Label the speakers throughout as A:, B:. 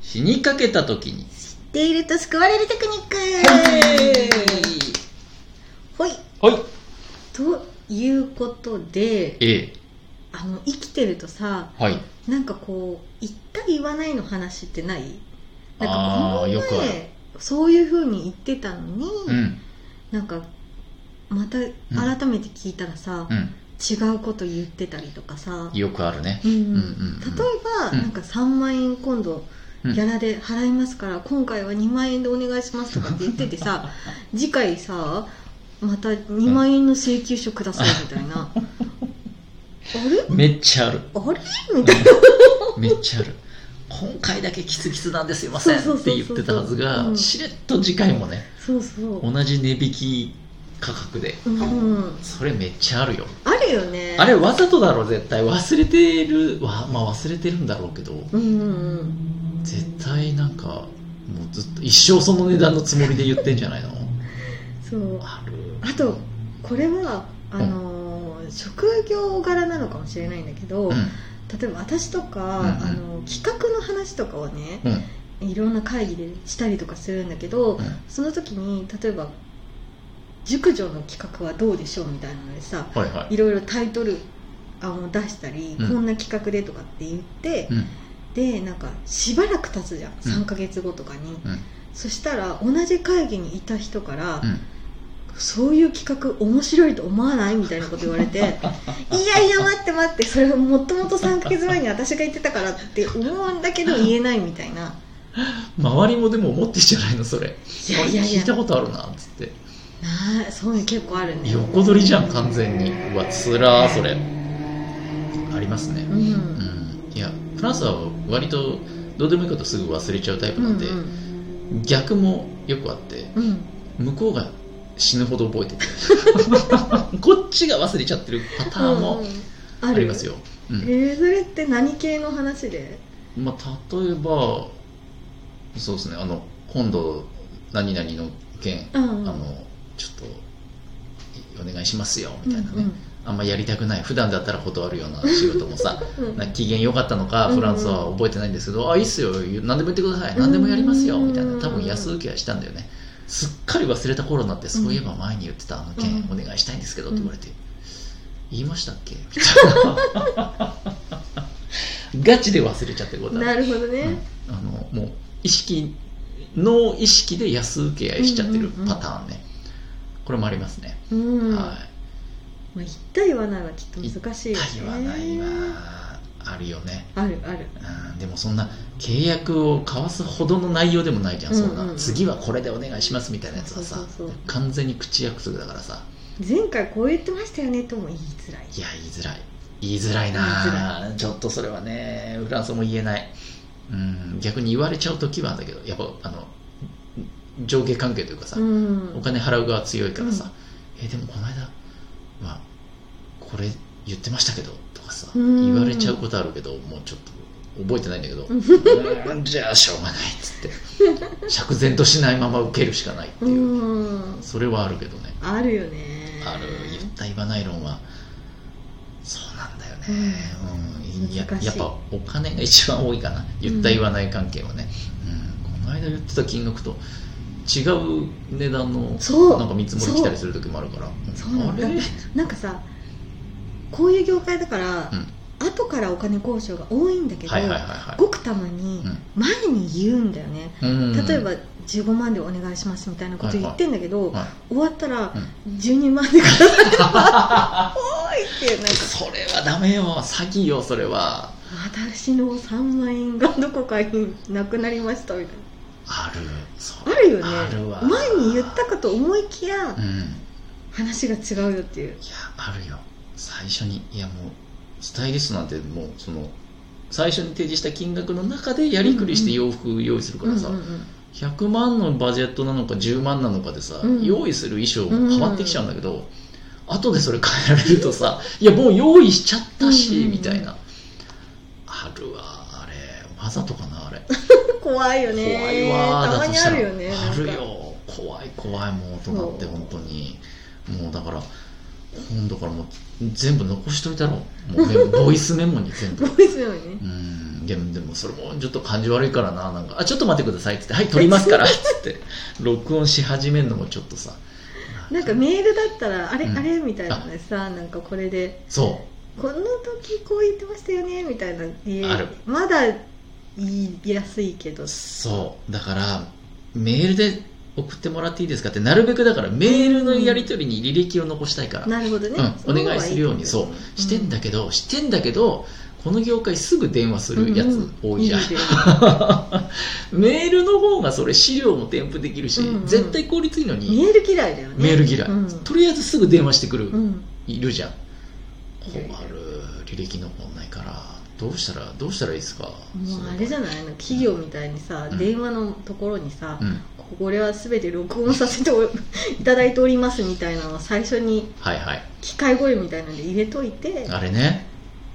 A: 死にかけた時に。
B: 知っていると救われるテクニックほい
A: はい。
B: ということで
A: ええ。
B: あの生きてるとさ
A: はい。
B: なんかこう言った言わないの話ってないなんか
A: あ
B: こ
A: ー
B: の
A: よくある
B: 前そういうふうに言ってたのに、
A: うん。
B: なんかまた改めて聞いたらさ、
A: う
B: 違うこと言ってたりとかさ
A: ん。よくあるね。
B: うん
A: うんうん
B: 例えば、
A: うん
B: なんか3万円今度
A: う
B: ギ
A: ん
B: ャラで払いますから、今回は2万円でお願いしますとかって言ってて さ次回さまた2万円の請求書くださいみたいなあれ
A: めっちゃある。
B: あれみたいな
A: めっちゃある。今回だけキツキツなんですいません
B: そう
A: っ
B: そうそう
A: て
B: そう
A: 言ってたはず
B: う
A: が、
B: ん
A: しれっと次回もね、
B: そうそう、
A: 同じ値引き価格で。
B: うん、
A: それめっちゃあるよ。
B: あるよね
A: あれわざとだろ、絶対。忘れてる、わまあ忘れてるんだろうけど、
B: うんうんうん
A: 絶対なんか、もうずっと一生その値段のつもりで言ってんじゃないの
B: そう
A: ある。
B: あとこれはあのー職業柄なのかもしれないんだけど、
A: うん。
B: 例えば私とか、
A: うんうん
B: あの企画の話とかをね
A: うん。
B: いろんな会議でしたりとかするんだけど、
A: うん
B: その時に例えば熟女の企画はどうでしょうみたいなのでさ
A: はいはい。
B: いろいろタイトル案を出したり、
A: うん
B: こんな企画でとかって言って
A: う、ん。
B: でなんかしばらく経つじゃん3ヶ月後とかに、
A: うん
B: そしたら同じ会議にいた人から、
A: うん。
B: そういう企画面白いと思わないみたいなこと言われ ていやいや待って待ってそれはもともと3ヶ月前に私が言ってたからって思うんだけど言えないみ たいな
A: 周りもでも思ってんじゃないのそれ
B: いやいやい
A: 聞い
B: や
A: たことあるなっつって
B: なあそういうの結構あるね
A: 横取りじゃん完全にうわつらーそれありますね
B: うん
A: う
B: う
A: んんいやフランスは割とどうでもいいことすぐ忘れちゃうタイプ
B: う
A: なん
B: ん
A: で、逆もよくあって
B: うん
A: 向こうが死ぬほど覚えて てこっちが忘れちゃってるパターンも
B: あ
A: あ
B: る
A: りますよ、うん
B: えーそれって何系の話で
A: まあ、例えばそうですねあの今度何々の件
B: うん
A: あ
B: うん
A: のちょっとお願いしますよみたいなね、あんまやりたくない普段だったら断るような仕事も さ
B: うんうん
A: なんか機嫌良かったのか
B: うんうん
A: フランスは覚えてないんですけど、あいいっすよ何でも言ってください何でもやりますよ
B: うん
A: みたいな多分安請けはしたんだよねすっかり忘れた頃になって、そういえば前に言ってたあの件、
B: うん
A: お願いしたいんですけどって言われて、言いましたっけみたい なガチで忘れちゃってることある
B: なるほどね、
A: うんあのもう意識の意識で安請け合いしちゃってるパターンね、これもありますね、
B: うん、
A: は
B: まあ、言った言わないはきっと難し
A: い
B: いよね
A: 言わないはあるよね、
B: あるある
A: うん、でもそんな契約を交わすほどの内容でもないじゃんそんな、
B: うんうんうん
A: 次はこれでお願いしますみたいなやつはさ
B: そうそうそう
A: 完全に口約束だからさ
B: 前回こう言ってましたよねとも言いづらい
A: いや言いづらい言いづらいなちょっとそれはねフランスも言えないうん逆に言われちゃう時はあるんだけどやっぱあの上下関係というかさ、
B: うん
A: お金払う側強いからさ、えでもこの間、まあ、これ言ってましたけどとかさ
B: うん
A: 言われちゃうことあるけどもうちょっと覚えてないんだけどう
B: うん
A: ー んじゃあしょうがないっつって釈然としないまま受けるしかないっていう、
B: うん
A: それはあるけどね
B: あるよね
A: ある言った言わない論はそうなんだよね、
B: うん
A: うんや
B: 難しい
A: やっぱお金が一番多いかな言った言わない関係はね、うんこの間言ってた金額と違う値段の
B: そう
A: なんか見積もり来たりする時もあるから
B: そう
A: うん
B: な
A: あ
B: ん
A: れ
B: だなんかさこういう業界だから、
A: うん
B: 後からお金交渉が多いんだけど、
A: はいはいはいは
B: ごくたまに
A: うん
B: 前に言うんだよね、
A: いうん
B: 例えば15万でお願いしますみたいなこと言ってんだけど、
A: はい
B: 終わったら12万でくださいって言われておーいってなんか
A: それはダメよ詐欺よそれは
B: 私の3万円がどこかになくなりましたみたいな
A: あるそ
B: あ
A: れ
B: るよね
A: あるわ
B: 前に言ったかと思いきや、
A: うん
B: 話が違うよっていう
A: いやあるよ最初にいやもうスタイリストなんてもうその最初に提示した金額の中でやりくりして洋服用意するからさ、
B: うんうんうん
A: 100万のバジェットなのか10万なのかでさ、
B: うん
A: 用意する衣装も変わってきちゃうんだけど、後でそれ変えられるとさいやもう用意しちゃったし、
B: うんうんうん
A: みたいなあるわあれわざとかなあれ
B: 怖いよね
A: 怖いわー
B: たま
A: だと
B: に
A: した
B: あ
A: ら
B: るよね
A: ある
B: なんか
A: よ怖い怖いもう大人って
B: そう
A: 本当にもうだから本だからもう全部残しといたろうもうメ モボイスメモに全部
B: ボイスメモにね
A: うんでもでもそれもちょっと感じ悪いからななんか「あちょっと待ってください」っつって「はい撮ります から」っつって録音し始めるのもちょっとさ
B: なんかメールだったらあれ、
A: うん
B: あれみたいなのでさなんかこれで
A: そ
B: この時こう言ってましたよねみたいなで
A: ある
B: まだ言いやすいけど
A: うそうだからメールで送ってもらっていいですかってなるべくだからメールのやり取りに履歴を残したいから
B: なるほどね、
A: うん
B: その
A: お
B: 方が
A: 願いするようにそうしてんだけど、してんだけどこの業界すぐ電話するやつ多いじゃん、
B: うんうん
A: メールの方がそれ資料も添付できるし、
B: うんうん
A: 絶対効率いいのに
B: メール嫌いだよね
A: メール嫌い、
B: うん
A: とりあえずすぐ電話してくる、
B: うん
A: いるじゃん
B: いや
A: 困
B: いや
A: る履歴残んないからどうしたらどうしたらいいですか
B: もうあれじゃないあの企業みたいにさ、
A: うん
B: 電話のところにさ、
A: うん
B: これは全て録音させておいただいておりますみたいなのを最初に
A: はいはい
B: 機械声みたいなので入れといて
A: あれね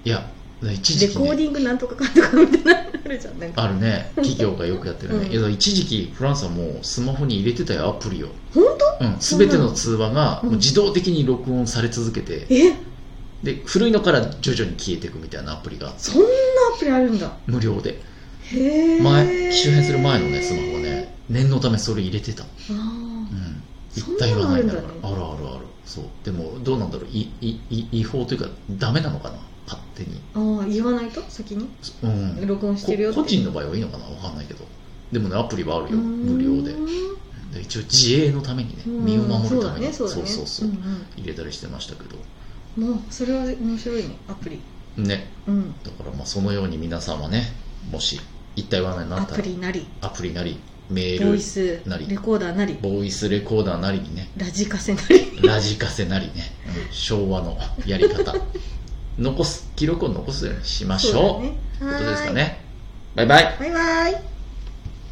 A: いや一
B: レ
A: 時期、
B: コー
A: ね、
B: ディングなんとかかんとかみたいなのあるじゃんなんか
A: あるね企業がよくやってるね、
B: うん
A: いや一時期フランスはもうスマホに入れてたよアプリを
B: 本当
A: うん、
B: そうな
A: 全
B: の
A: ての通話が
B: うん
A: もう自動的に録音され続けて、
B: え
A: で古いのから徐々に消えていくみたいなアプリが
B: そんなアプリあるんだ
A: 無料で
B: へえ
A: 前周辺する前のねスマホね念のためそれ入れてた、
B: あ
A: うん、
B: そ
A: 一
B: ん
A: 体
B: な
A: 言わ
B: のあ
A: ない
B: る
A: んだ
B: んだ
A: か
B: ね
A: らあるあるあるそうでもどうなんだろういいい違法というかダメなのかな勝手に、
B: ーあー言わないと先に
A: うん、
B: 録音してるよ
A: こ個人の場合はいいのかなわかんないけどでもねアプリはあるよ無料で
B: う
A: で一応自衛のためにね
B: ーん
A: 身を守るために
B: うんそうだ
A: そ
B: ねそうだね
A: うそうそう、
B: ん
A: 入れたりしてましたけど
B: うんもうそれは面白いねアプリ
A: ね
B: うん
A: だからまあそのように皆さんはねもし一体話題にな
B: ア
A: った
B: プ
A: ら
B: リなり
A: アプリなりメール
B: ボ
A: ボ
B: イ
A: イ
B: ス
A: なり
B: レコーダーなり
A: スレコーダーなりにね
B: ラジカセなり
A: ラジカセなりね、うん昭和のやり方残す記録を残すようにしましょう
B: そう
A: という
B: だね
A: ことですか
B: は
A: ねバイバイ
B: ーいバイバイ